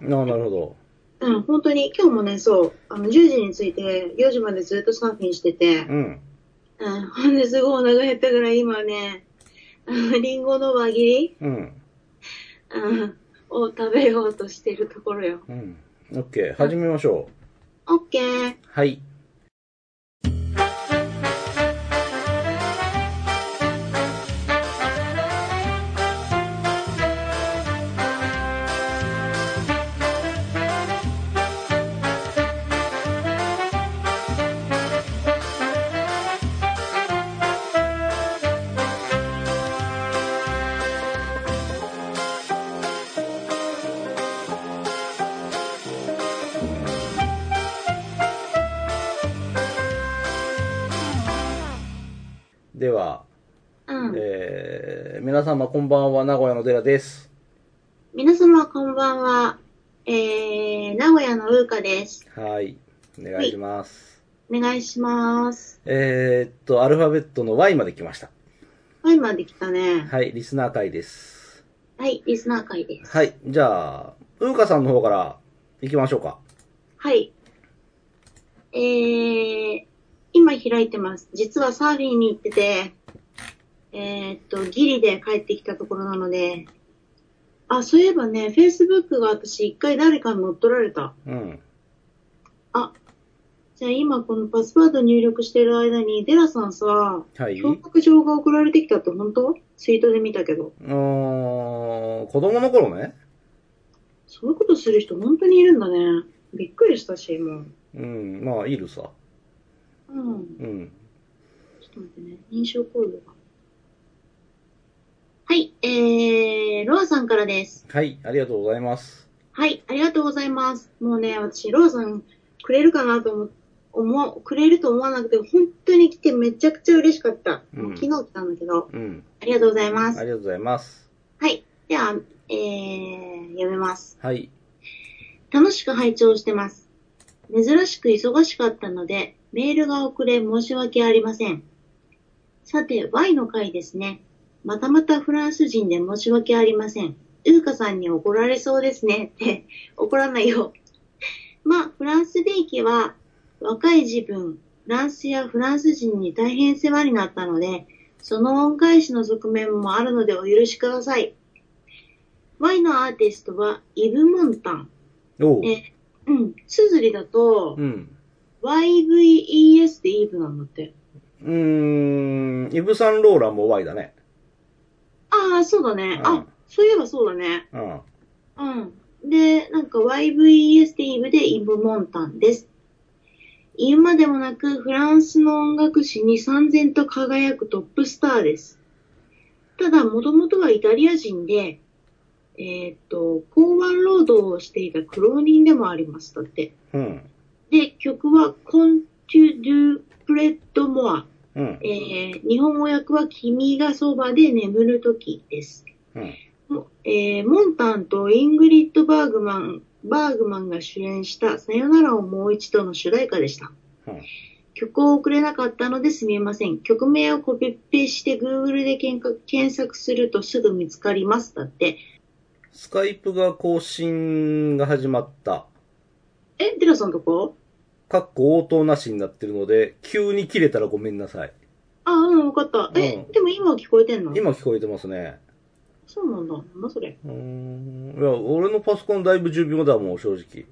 ああ、なるほど。うん、本当に今日もね、そう、あの10時に着いて、4時までずっとサーフィンしてて、うん。うん、ほんですごいお腹減ったから今ね、 あのリンゴの輪切り、うん。うん、を食べようとしてるところよ。うん。オッケー、始めましょオッケー。う。はい。では、うん。えー、皆様こんばんは、名古屋の寺です。皆様こんばんは。えー、名古屋のウーカです。はい。お願いします。お願いします。えー、っと、アルファベットの Y まで来ました。はい、まで来たね。はい、リスナー会です。はい、リスナー会です。はい、じゃあ、ウーカさんの方から行きましょうか。はい。えー、今開いてます。実はサーフィンに行ってて、えーっと、ギリで帰ってきたところなので、あ、そういえばね、Facebook が私一回誰かに乗っ取られた。うん。あ、じゃあ今このパスワード入力してる間に、デラさんさ、はい。脅迫状が送られてきたって本当ツイートで見たけど。うーん、子供の頃ね。そういうことする人本当にいるんだね。びっくりしたし、もう。うん、まあ、いるさ。うん。うん。ちょっと待ってね。認証コードが。はい、えー、ロアさんからです。はい、ありがとうございます。はい、ありがとうございます。もうね、私、ロアさんくれるかなと思、思う、くれると思わなくて、本当に来てめちゃくちゃ嬉しかった。うん昨日来たんだけど、うん。ありがとうございあまりす。がとうございます。はい、では、えー、読めます。はい。楽しく拝聴してます。珍しく忙しかったので、メールが遅れ申し訳ありません。さて、Y の回ですね。またまたフランス人で申し訳ありません。ウーカさんに怒られそうですね。って、怒らないよ。まあ、フランスで行けば、若い自分、フランスやフランス人に大変世話になったので、その恩返しの側面もあるのでお許しください。Y のアーティストは、イブ・モンタン。おう。え、うん。すずりだとう、ん。 YVES でイーブなんだって。うーん、イブ・サンローランも Y だね。ああ、そうだね。うあん、そういえばそうだね。うん。うん。で、なんか YVES でイーブでイブ・モンタンです。言うまでもなく、フランスの音楽史に三然と輝くトップスターです。ただ、もともとはイタリア人で、えーっと、港湾労働をしていた苦労人でもあります。だって。うん。で、曲は、コンテュ・ドゥ・プレッド・モア。うん。えー日本語訳は君がそばで眠るときです。うん。もえーモンタンとイングリッド・バーグマン、バーグマンが主演したさよならをもう一度の主題歌でした。うん曲を送れなかったのですみません。曲名をコピペして Google で検索検索するとすぐ見つかります。だって。スカイプが更新が始まった。え、デラさんとこかっこ応答なしになってるので、急に切れたらごめんなさい。あ、うん、わかった。え、うんでも今は聞こえてんの今聞こえてますね。そうなんだ。なんだそれ。うーん。いや、俺のパソコンだいぶ寿命だもん、正直。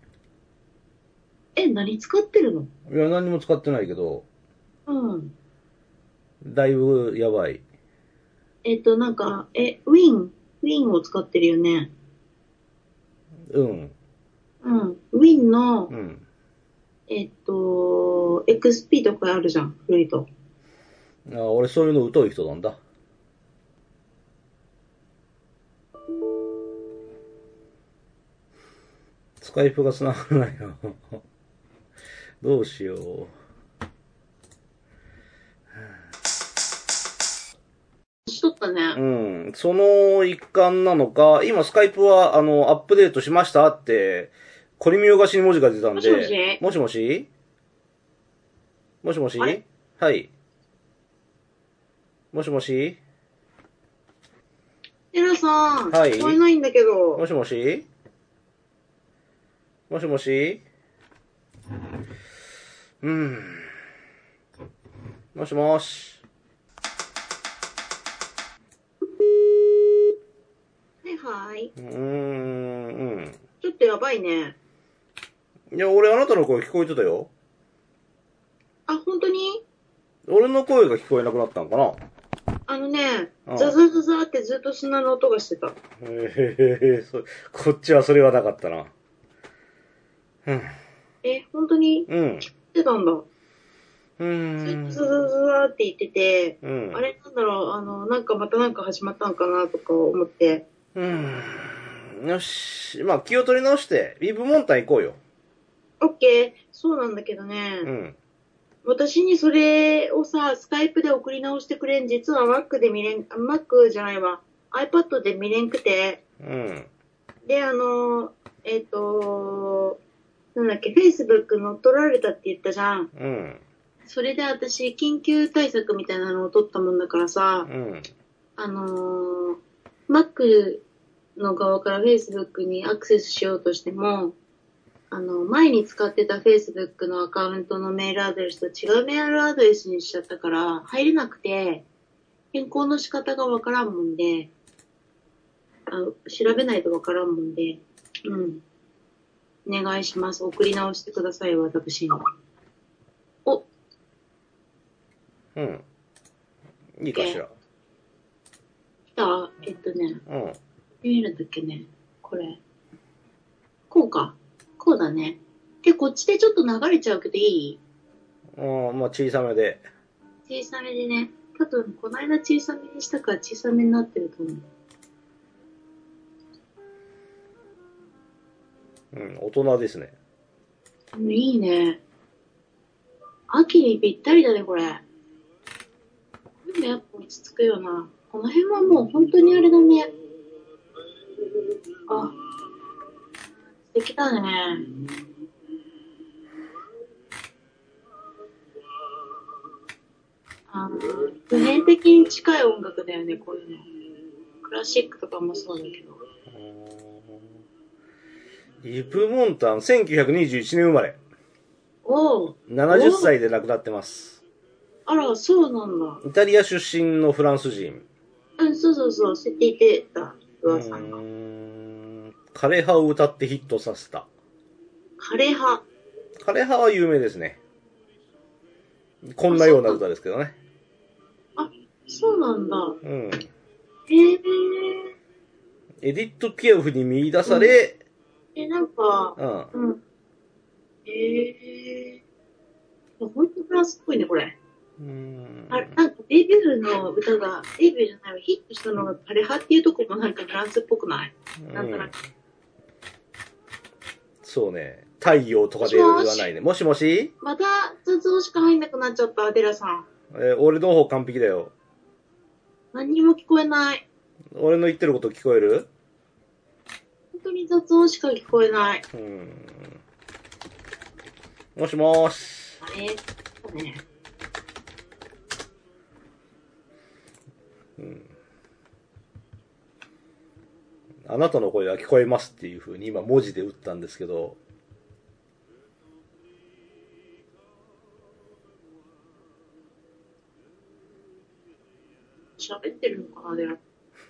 え、何使ってるのいや、何も使ってないけど、うん。だいぶやばい。えっと、なんか、え、ウィン、ウィンを使ってるよね。うん。うん。ウィンのう、ん。えっと、XP とかあるじゃん、古いと。あ俺そういうの疎い人なんだ。スカイプが繋がらないよ。 どうしよう。しとったね。うん。その一環なのか、今スカイプは、あの、アップデートしましたって、コリミオがしに文字が出たんで。もしももししもしもしもしあれはい。もしもしエラさん、はい聞こえないんだけども、しもしもしもしうーん。もしもし。はいはい。うーん、うん。ちょっとやばいね。いや、俺あなたの声聞こえてたよ。あ、本当に俺の声が聞こえなくなったのかなあのねう、んザザザザってずっと砂の音がしてた。へへへへ、そこっちはそれはなかったな。うん。え、本当にうん。してたんだ。うずっとんザ。ザザザって言ってて、うん。あれなんだろう、あの、なんかまたなんか始まったのかなとか思って。うん。よし。まあ、気を取り直して、ウィブモンタン行こうよ。オッケー、そうなんだけどね。うん。私にそれをさ、スカイプで送り直してくれん。実は Mac で見れん、あ Mac じゃないわ。iPad で見れんくて。うん。で、あの、えっ、と、なんだっけ、Facebook 乗っ取られたって言ったじゃん。うん。それで私、緊急対策みたいなのを取ったもんだからさう、ん。あのー、Mac の側から Facebook にアクセスしようとしても、あの、前に使ってた Facebook のアカウントのメールアドレスと違うメールアドレスにしちゃったから、入れなくて、変更の仕方がわからんもんで、あ調べないとわからんもんで、うん。お願いします。送り直してください、私に。お、うん。いいかしら。来たえっとね。うん。見えるんだっけねこれ。こうか。こうだね。で、こっちでちょっと流れちゃうけどいいああ、まあ、小さめで。小さめでね。多分、この間小さめにしたから小さめになってると思う。うん。大人ですね。うんいいね。秋にぴったりだね、これ。でもやっぱ落ち着くよな。この辺はもう本当にあれだね。あ、素敵だね。あの、普遍的に近い音楽だよね、こういうの。クラシックとかもそうだけど。イプモンタン、1921年生まれ。おう、 70歳で亡くなってます。あら、そうなんだ。イタリア出身のフランス人。うん、そうそうそう、そうやって言ってた、噂うが。ーん枯れ葉を歌ってヒットさせた。枯れ葉。枯れ葉は有名ですね。こんなような歌ですけどね。そうなんだ。うん。へえ。エディット・ピアフに見出され、え、なんか、うん。うん。へえ。ほんとフランスっぽいね、これ。うんあれ、なんかデビューの歌が、デビューじゃないわ、ヒットしたのが枯れ葉っていうとこもなんかフランスっぽくないなんとなくそうね。太陽とかではないね。もしもしまた、雑音しか入んなくなっちゃった、アデラさん。えー俺の方完璧だよ。何にも聞こえない。俺の言ってること聞こえる本当に雑音しか聞こえない。うん。もしもし。あれだね。あなたの声が聞こえますっていう風に今文字で打ったんですけど、喋ってるのかな、アデラ。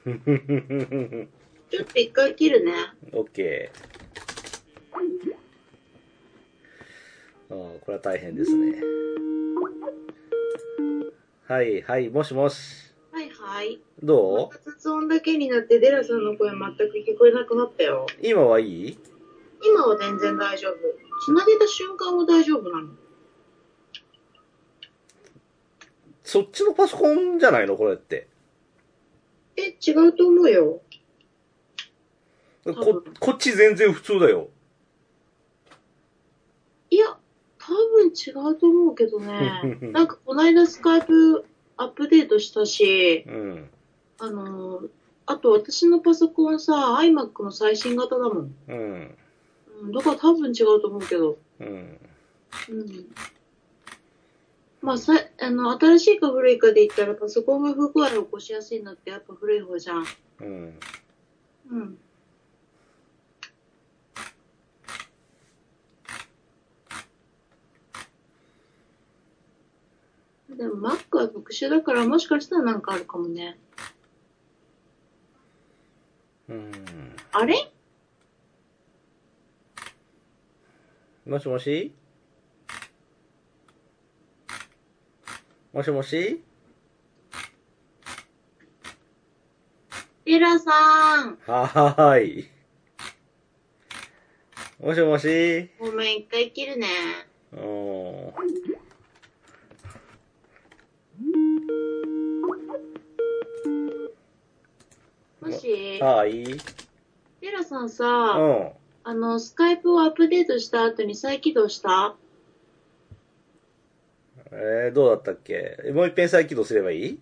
ふふふふちょっと一回切るね。オッケー。ああ、これは大変ですね。はいはい、もしもし。はいはい。どう雑音だけになってデラさんの声全く聞こえなくなったよ。今はいい今は全然大丈夫。繋げた瞬間は大丈夫なの。そっちのパソコンじゃないのこれって。え、違うと思うよ。こ、こっち全然普通だよ。いや、多分違うと思うけど ね。なんかこの間スカイプアップデートしたし、うん。あのーあと私のパソコンさ、iMac の最新型だもん。うん。うん、だから多分違うと思うけど。うん。うん。まあ、さあの、新しいか古いかで言ったらパソコンが不具合を起こしやすいのってやっぱ古い方じゃん。うん。うん。でも Mac は特殊だからもしかしたらなんかあるかもね。うん。あれもしもしもしもしテラさん。はーい。もしもしごめん、一回切るね。うーん。もし、はーい。テラさんうさ、ん。あの、スカイプをアップデートした後に再起動したえー、どうだったっけもう一遍再起動すればいい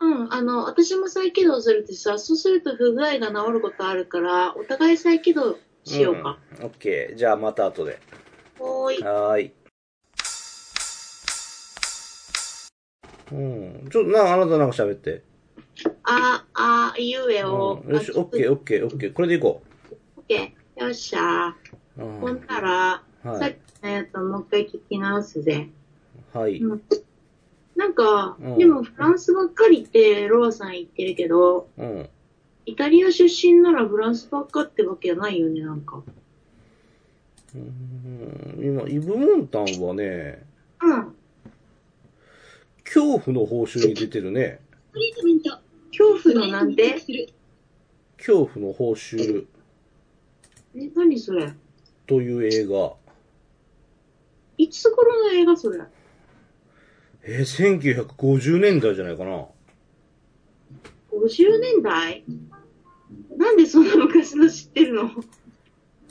うん、あの、私も再起動するってさ、そうすると不具合が治ることあるから、お互い再起動しようか。。ん、オッケー。じゃあまた後で。ほーい。はーい。うん。ちょっと、な、あなたなんか喋って。あ、あ、ゆえうん、を。よし、オッケー、オッケー、オッケー。これでいこオッケー。よっしゃう。うー。ほんん。なら、はさっい。きのやつをもう一回聞き直すぜ。はい。うんなんか、うんでもフランスばっかりってロアさん言ってるけど、うん。イタリア出身ならフランスばっかってわけじゃないよね、なんか。うん今、イブモンタンはね、うん。恐怖の報酬に出てるね。トリートメント。恐怖のなんて恐怖の報酬え、何それという映画。いつ頃の映画それえー、1950年代じゃないかな。 50年代なんでそんな昔の知ってるの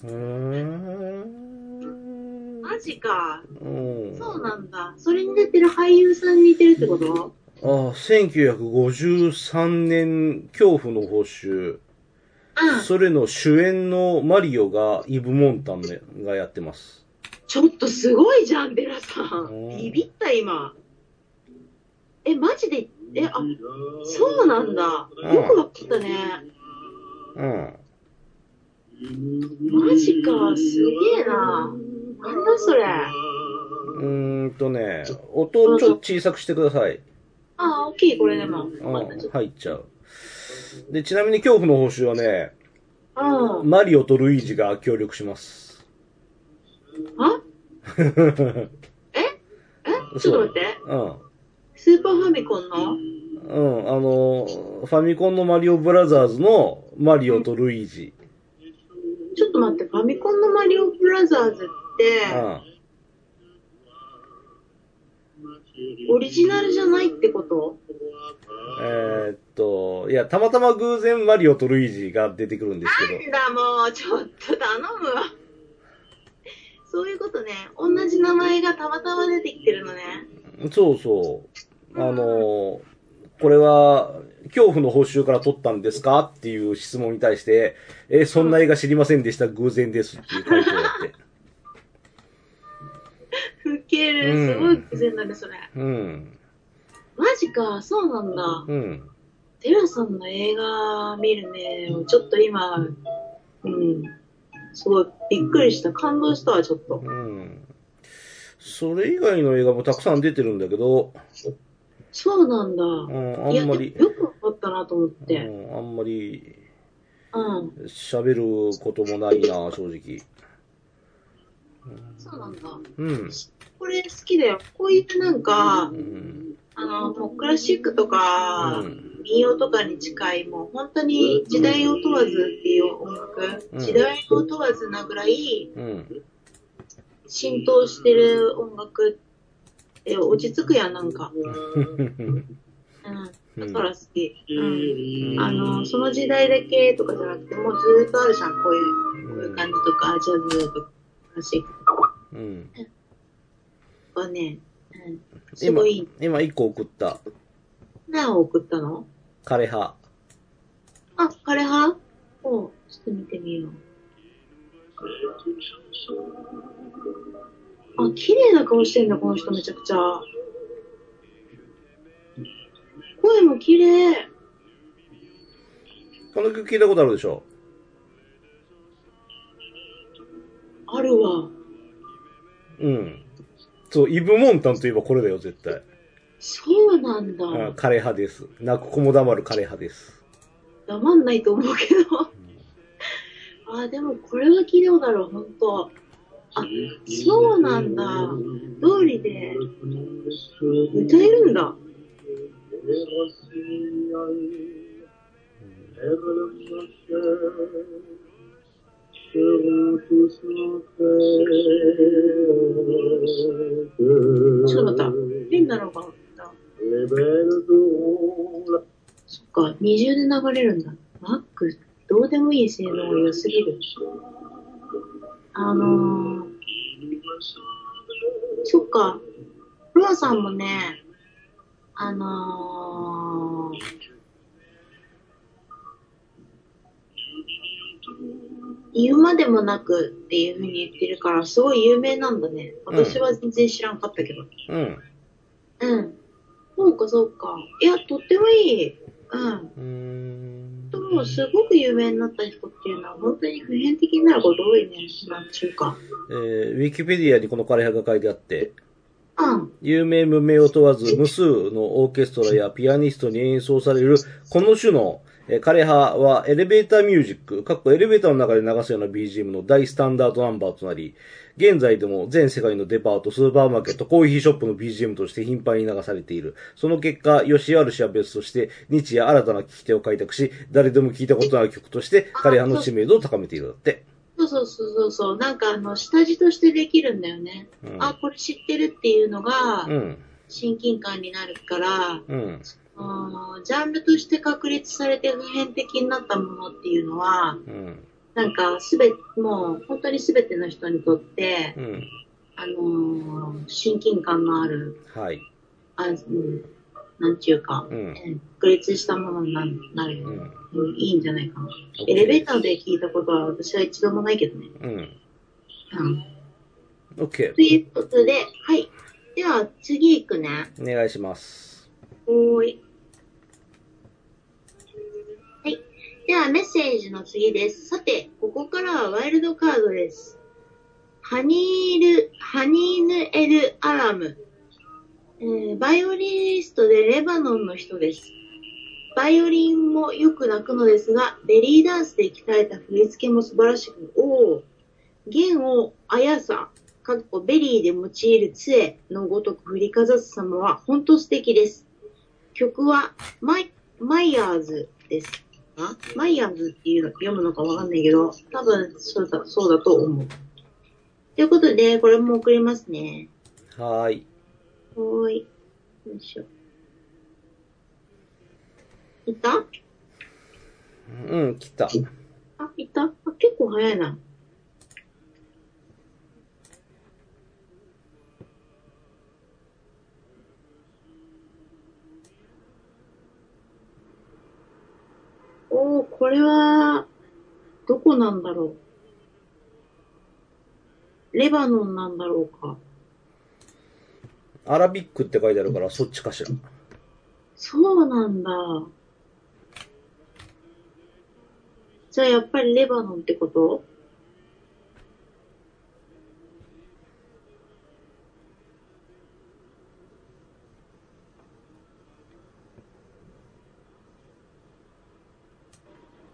へーマジか。うん。そうなんだ。それに出てる俳優さんに似てるってことああ、1953年、恐怖の報酬。うん。それの主演のマリオが、イブ・モンタンがやってます。ちょっとすごいじゃん、デラさん。うんビビった、今。え、マジで、え、あ、そうなんだ。うんよくわかったね。うん。マジか、すげえな。なんだそれ。あうーんとね、音をちょっと小さくしてください。あ、大きい、これでも。うまたちょん、っ入っちゃう。で、ちなみに恐怖の報酬はね、とうん。マリオとルイージが協力します。あうえちょっと待って。ん。スーパーファミコンうのん、あの、ファミコンのマリオブラザーズのマリオとルイージ。ちょっと待って、ファミコンのマリオブラザーズって、うオリジナルじゃないってことん。えーっと、いや、たまたま偶然マリオとルイージが出てくるんですけど。だ、もう、ちょっと頼むわ。そういうことね。同じ名前がたまたま出てきてるのね。そうそう。あの、これは、恐怖の報酬から取ったんですかっていう質問に対して、え、そんな映画知りませんでした、偶然ですっていう回答をやって。ウケる。すごい偶然だね、それ。うん。マジか、そうなんだ。うん。テラさんの映画見るね。ちょっと今、うん。すごい、びっくりした。感動したわ、ちょっと。うん。それ以外の映画もたくさん出てるんだけど、そうなんだ。うん、あいやんまりで、もよくわかったなと思っうて。ん、あんまりうん。喋ることもないな、正直。そうなんだ。うん。これ好きだよ。こういうなんかう、ん。あの、もうクラシックとか、うん民謡とかに近い、もう本当に時代を問わずっていう音楽、うん時代を問わずなぐらいうん。浸透してる音楽って落ち着くやん、なんか。う。うんんだから好き。うん。うんあの、その時代だけとかじゃなくて、もうずーっとあるじゃん、こういうこういう感じとか、ジャズとか、クラシックうん。とかね。うん。す今ごい、今一個送った。何を送ったの枯葉。あ、枯葉をちょっと見てみよう。あ、綺麗な顔してんだ、この人めちゃくちゃ。声も綺麗。この曲聞いたことあるでしょあるわ。うん。そう、イブ・モンタンといえばこれだよ、絶対。そうなんだ。うん枯れ葉です。泣く子も黙る枯れ葉です。黙んないと思うけど。ああ、でもこれは聞いたことあるわ、ほんと。あ、そうなんだ。通りで歌えるんだ。ちょっと待った。変変なだのろ。があった。そっか、二重で流れるんだ。マック、どうでもいい性能が良すぎる。あのー、そっか、フロアさんもね、あのー、言うまでもなくっていうふうに言ってるから、すごい有名なんだね。私は全然知らんかったけど。うん。うん。そうか、そうか。いや、とってもいい。うん。うーんでも、すごく有名になった人っていうのは、本当に普遍的になること多いね。なんちゅうか。えーウィキペディアにこの枯れ葉が書いてあって、うん。有名無名を問わず無数のオーケストラやピアニストに演奏されるこの種のえー枯葉はエレベーターミュージック、かっこエレベーターの中で流すような BGM の大スタンダードナンバーとなり、現在でも全世界のデパート、スーパーマーケット、コーヒーショップの BGM として頻繁に流されている。その結果、良し悪しは別として、日夜新たな聴き手を開拓し、誰でも聴いたことのある曲として、枯葉の知名度を高めているんだって。そうそうそうそうそう。なんか、あの、下地としてできるんだよね。うんあ、これ知ってるっていうのがう、ん。親近感になるから、うん。うん、ジャンルとして確立されて普遍的になったものっていうのは、うん。なんか、すべ、もう、本当にすべての人にとって、うん。あのー親近感のあるはい。あ、うん、なんちゅうか、うえん。ー確立したものにななるうよ、ん。うんいいんじゃないかな。エレベーターで聞いたことは私は一度もないけどね。うん。うん、 OK。ということで、はい。では次行くね。お願いします。おーい。はい。ではメッセージの次です。さて、ここからはワイルドカードです。ハニール、ハニーヌエル・アラム。えーバイオリニストでレバノンの人です。バイオリンもよく鳴くのですが、ベリーダンスで鍛えた振り付けも素晴らしく、おお弦をあやさ、かっこベリーで用いる杖のごとく振りかざす様は本当素敵です。曲はマイ、マイヤーズです。あマイヤーズっていうの読むのかわかんないけど、多分そうだ、そうだと思う。ということで、これも送りますね。はーい。はーい。よいしょ。いたうん、来た。あ、いたあ、結構早いな。おー、これは、どこなんだろう。レバノンなんだろうか。アラビックって書いてあるから、そっちかしら。そうなんだ。じゃあやっぱりレバノンってこと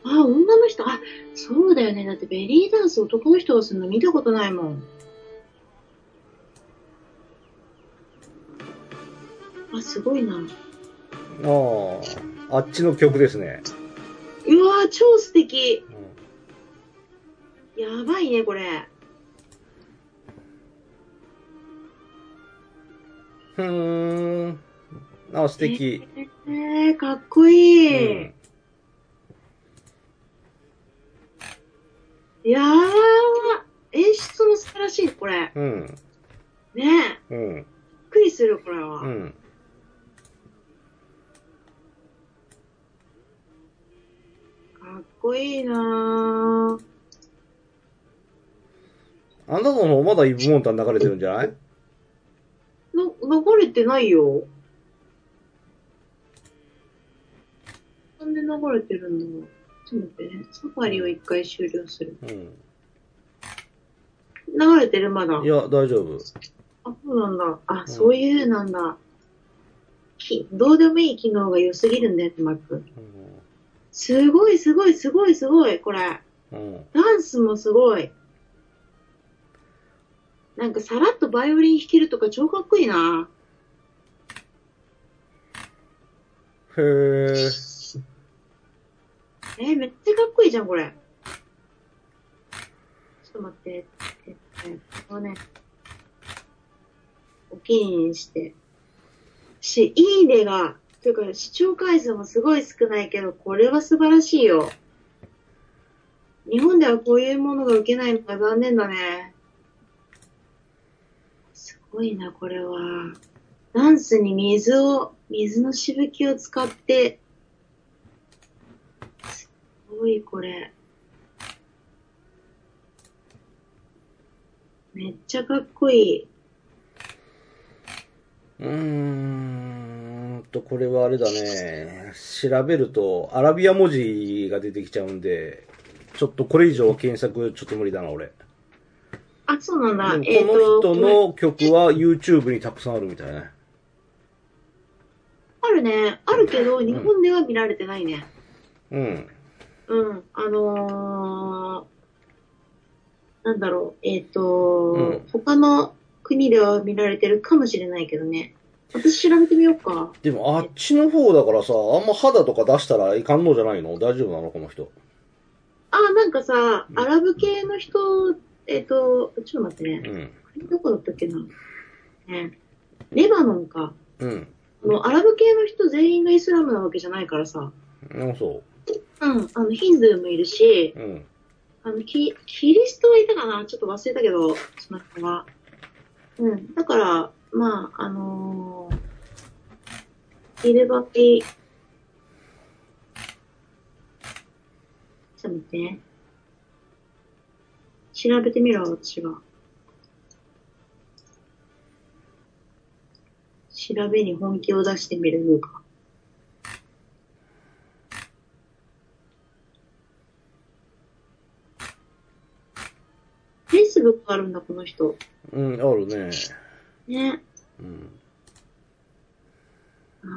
あ、女の人、あ、そうだよね。だってベリーダンス男の人がするの見たことないもん。あ、すごいな。ああ、あっちの曲ですね。うわー、超素敵。うんやばいね、これ。ふーん。あ、素敵。えー、かっこいい。うんいやー、演出も素晴らしい、これ。うん。ねえ、びっうん。くりする、これは。うん。かっこいいなー。あなたの方まだイブモンタン流れてるんじゃないの、流れてないよ。なんで流れてるんだろう。ちょっと待ってね。サファリを一回終了する。うん。流れてる、まだい。や、大丈夫。あ、そうなんだ。あ、そういうなんだ。非、どうでもいい機能が良すぎるんだよ、マック。すごい、すごい、すごい、すごい、これ。うん。うん。ダンスもすごい。なんかさらっとバイオリン弾けるとか超かっこいいな。へえ。えーめっちゃかっこいいじゃん、これ。ちょっと待って。えっとねこのね、お気に入りにして。し、いいねが、というか視聴回数もすごい少ないけど、これは素晴らしいよ。日本ではこういうものが受けないのが残念だね。すごいな、これは。ダンスに水を、水のしぶきを使ってすごいこれ。めっちゃかっこいい。うーんと、これはあれだね。調べると、アラビア文字が出てきちゃうんで、ちょっとこれ以上検索ちょっと無理だな、俺。あ、そうなんだ。でもこの人えーとの曲は YouTube にたくさんあるみたいね。あるね。あるけど、日本では見られてないね。うん。うん。あのー、なんだろう。えっ、と、うん他の国では見られてるかもしれないけどね。私調べてみようか。でもあっちの方だからさ、あんま肌とか出したらいかんのじゃないの大丈夫なのこの人。あ、なんかさう、んアラブ系の人、えっ、と、ちょっと待ってうね。ん。これどこだったっけな。ね。レバノンか。うん。あのアラブ系の人全員がイスラムなわけじゃないからさ、うん、そうん、あのヒンドゥーもいるし、う。うん。あのキキリストはいたかな、ちょっと忘れたけど、その人は。うん、だから、まあ、あのー、いればいい。ちょっと待ってね。調べてみろ、私が。調べに本気を出してみるか。フェイスブックあるんだ、この人。うん、あるね。ね。うん。あ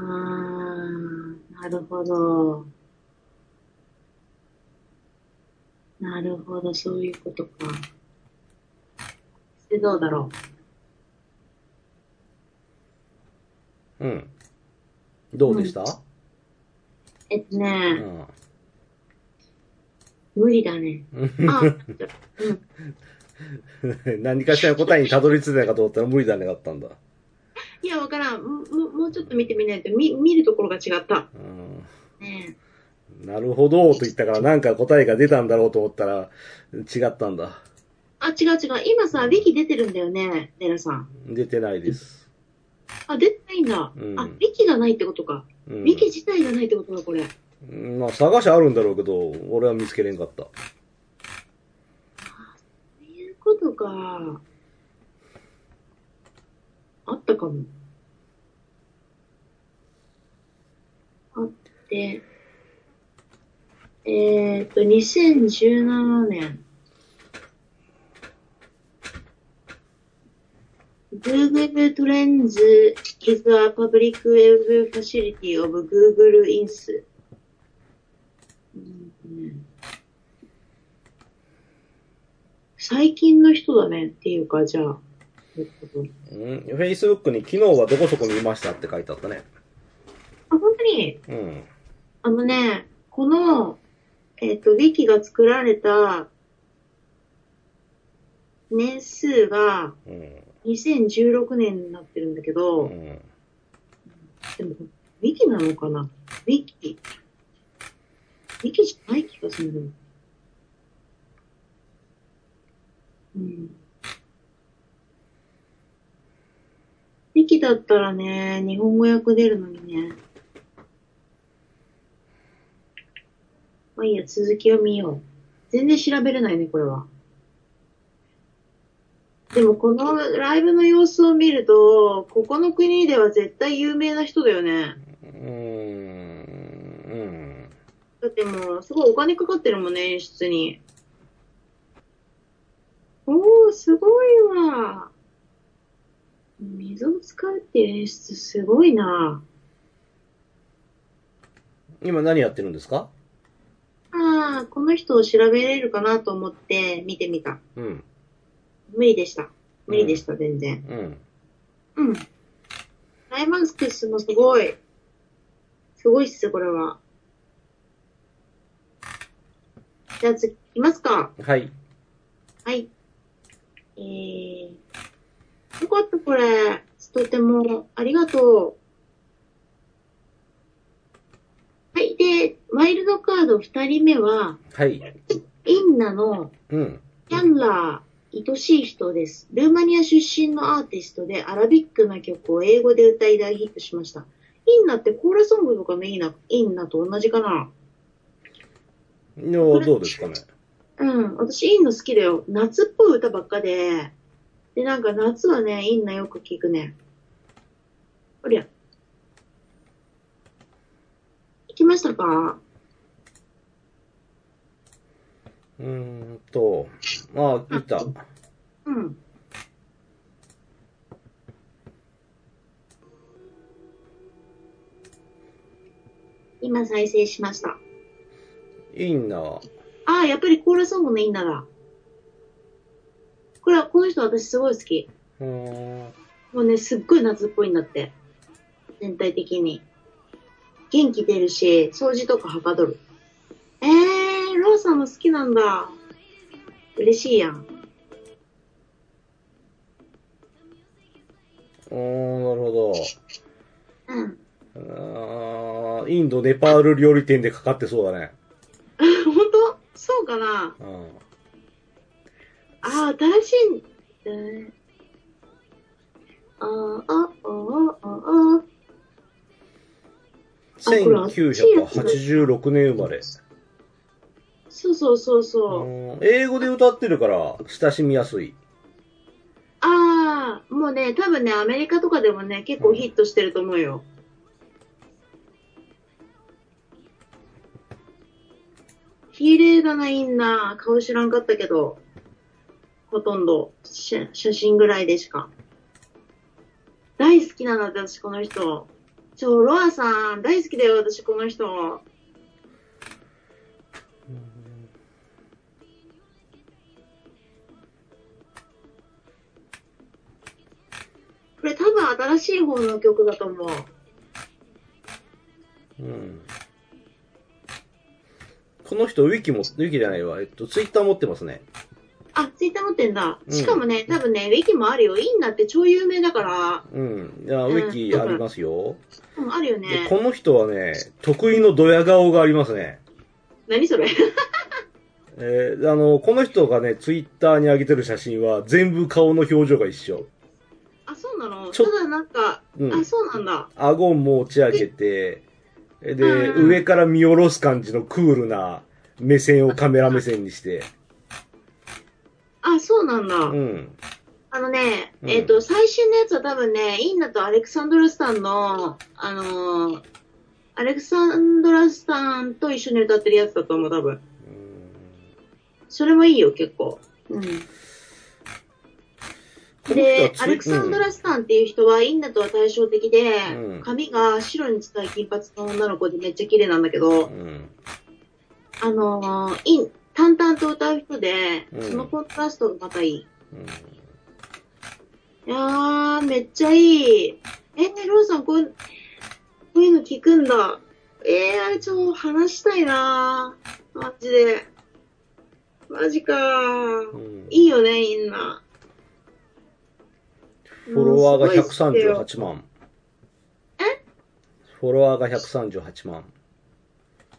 ー、なるほど。なるほど、そういうことか。で、どうだろうん。どうでした、う。えっとうね、ん、無理だ ね。あ、うん。 何かしらの答えにたどり着いたかと思ったら無理だねだったんだ。いや、わからん。もももうちょっと見てみないと、み、見るところが違った。うんねなるほどと言ったからなんか答えが出たんだろうと思ったら違ったんだ。あ、違う違う。今さ、ウィキ出てるんだよね、レラさん。出てないです。あ、出てないんだ。うんあ、ウィキがないってことか。うウんィキ自体がないってことだ、これ。うんまあ探しゃあるんだろうけど、俺は見つけれんかった。そういうことか。あったかも。あって、えー、っと、2017年。Google Trends is a public web facility of Google Inc. うん最近の人だねっていうか、じゃあ。うん、Facebook に昨日はどこそこ見ましたって書いてあったね。あ、本当に、うん。あのね、この、えっ、と、ウィキが作られた年数がうん。 2016年になってるんだけうど、ん。でも、ウィキなのかなウィキ。ウィキじゃない気がする。うん。ウィキだったらね、日本語訳出るのにね。まあいいや、続きを見よう。全然調べれないね、これは。でもこのライブの様子を見ると、ここの国では絶対有名な人だよね。うん。うん。だってもう、すごいお金かかってるもんね、演出に。おー、すごいわ。水を使うっていう演出すごいな。今何やってるんですかああ、この人を調べれるかなと思って見てみた。うん。無理でした。無理でした、全然。うん。うん。ライマンスクスもすごい。すごいっす、これは。じゃあ次、いきますか。はい。はい。えー、よかった、これ。とても、ありがとう。はい。で、ワイルドカード二人目は、はい。インナのうん。キャンラー、愛しい人です。ルーマニア出身のアーティストで、アラビックな曲を英語で歌い大ヒットしました。インナってコーラソングとかのインナ、インナと同じかなのどうですかね。うん、私、インナ好きだよ。夏っぽい歌ばっかで、で、なんか夏はね、インナよく聞くね。おりゃ。行きましたかうーんと、ああ、いた。うん。今再生しました。インナー。ああ、やっぱりコーラソングのインナだ。これは、この人私すごい好き。うーん。もうね、すっごい夏っぽいんだって。全体的に。元気出るし、掃除とかはかどる。えー、ローさんも好きなんだ。嬉しいやん。おー、なるほうん。ど。あーインド、ネパール料理店でかかってそうだね。本当そうかなうん。あー、新しいんえー。あー、あ、あー、あー、あ1986年生まれ。ー、そうそうそううそう。ーん英語で歌ってるから、親しみやすい。あー、もうね、多分ね、アメリカとかでもね、結構ヒットしてると思うよ。綺麗だな、インナー。顔知らんかったけど。ほとんど、写写真ぐらいでしか。大好きなんだって、私この人。ちょ、ロアさん、大好きだよ、私この人。これ多分新しい方の曲だと思う。うん。この人、ウィキも、ウィキじゃないわ。えっと、ツイッター持ってますね。あ、ツイッター持ってんだ。うんしかもね、多分ね、ウィキもあるよ。インナって超有名だから、うん。いや、ウうんィキありますよ。うん、あるよで、ね。この人はね、得意のドヤ顔がありますね。何それえーあの、この人がね、ツイッターに上げてる写真は、全部顔の表情が一緒。あ、そうなのちょただなんか、うんあ、そうなんだ。顎持ち上げて、で、うん上から見下ろす感じのクールな目線をカメラ目線にして。あ、そうなんだ。うん。あのね、うんえっ、と、最新のやつは多分ね、インナとアレクサンドラスタンの、あのーアレクサンドラスタンと一緒に歌ってるやつだと思う、多分。それもいいよ、結構。うん。で、アレクサンドラス、スタンっていう人は、インナとは対照的で、うん髪が白に近い金髪の女の子でめっちゃ綺麗なんだけど、うんうんあのーイン、淡々と歌う人で、うんそのコントラストがまたいい。うんいやー、めっちゃいい。えー、ローさん、こう、こういうの聞くんだ。えー、あれ、ちょ、話したいなー。マジで。マジかうー。んいいよね、インナ。フォロワーがもうすごい好きだよ138万。フォロワーが138万。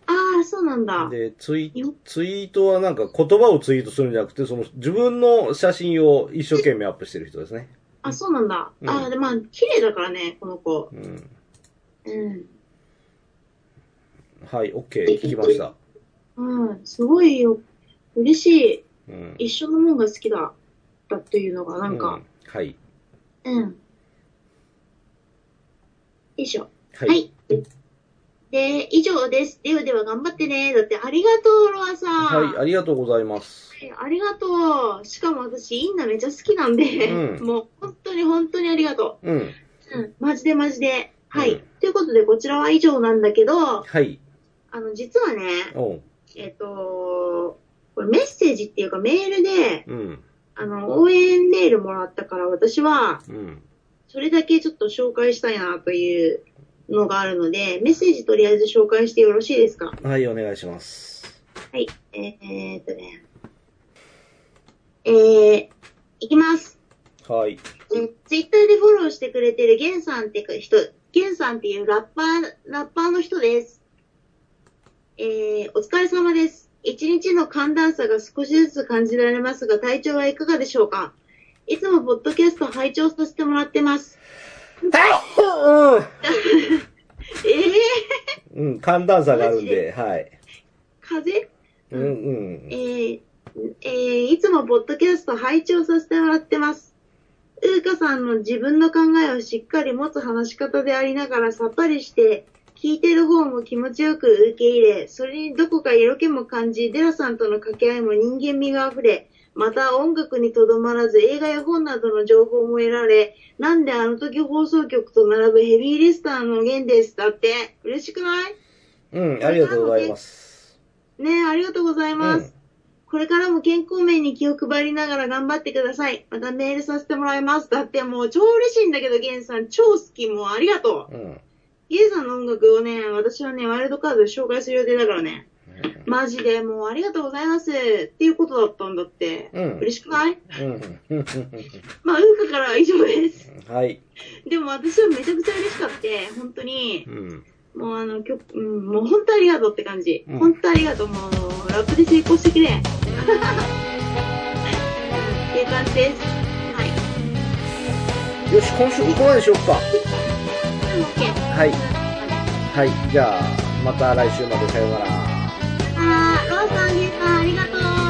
ああ、そうなんだ。で、ツイよ、ツイートはなんか言葉をツイートするんじゃなくて、その自分の写真を一生懸命アップしてる人ですね。あ、そうなんだ。うんあーで、まあ、綺麗だからね、この子。うん。うん。はい、OK、聞きました。うん、すごいよ。嬉しうんい。一緒のもんが好きだ。だというのが、なんうか、はい。はい。うん。よいしょ。ははい。で、以上です。ではでは頑張ってね。だって、ありがとう、ロアさん。はい、ありがとうございます。えありがとう。しかも私、インナめっちゃ好きなんで、うんもう本当に本当にありがとうん。う。うん、マジでマジで。はい。うんということで、こちらは以上なんだけど、はい。あの、実はね、おうえっ、と、これメッセージっていうかメールで、うん。あの、応援メールもらったから、私は、うん。それだけちょっと紹介したいなというのがあるので、メッセージとりあえず紹介してよろしいですかはい、お願いします。はい。えー、えーっとね。えー、いきます。はい。えーツイッターでフォローしてくれてるゲンさんってか人、ゲンさんっていうラッパー、ラッパーの人です。えー、お疲れ様です。一日の寒暖差が少しずつ感じられますが、体調はいかがでしょうかいつもポッドキャスト拝聴させてもらってます。えー、うん。うん、寒暖差があるんで、はい。風邪うんうんえ。ーえーいつもポッドキャスト拝聴させてもらってます。うーかさんの自分の考えをしっかり持つ話し方でありながらさっぱりして、聞いてる方も気持ちよく受け入れ、それにどこか色気も感じ、デラさんとの掛け合いも人間味が溢れ、また音楽にとどまらず映画や本などの情報も得られ、なんであの時放送局と並ぶヘビーリスターの源です。だって、嬉しくないうん、ありがとうございます。ねえ、ありがとうございます。これからも健康面に気を配りながら頑張ってください。またメールさせてもらいます。だってもう超嬉しいんだけど、ゲンさん、超好き、もうありがとうん。うん。う。ゲンさんの音楽をね、私はね、ワイルドカードで紹介する予定だからね。マジでもうありがとうございます。っていうことだったんだって。うん嬉しくないうんうん。まあ、ウーカからは以上です。はい。でも私はめちゃくちゃ嬉しかった。本当にう、ん。もうあの曲、うん、もう本当ありがとうって感じ。うん本当ありがとう。もう、ラップで成功して くれ。っていう感じです。はい。よし、今週ここまでしよっか。 OK。はい。はい。じゃあ、また来週までさようなら。あー、ローさん、ゲーさん、ありがとう。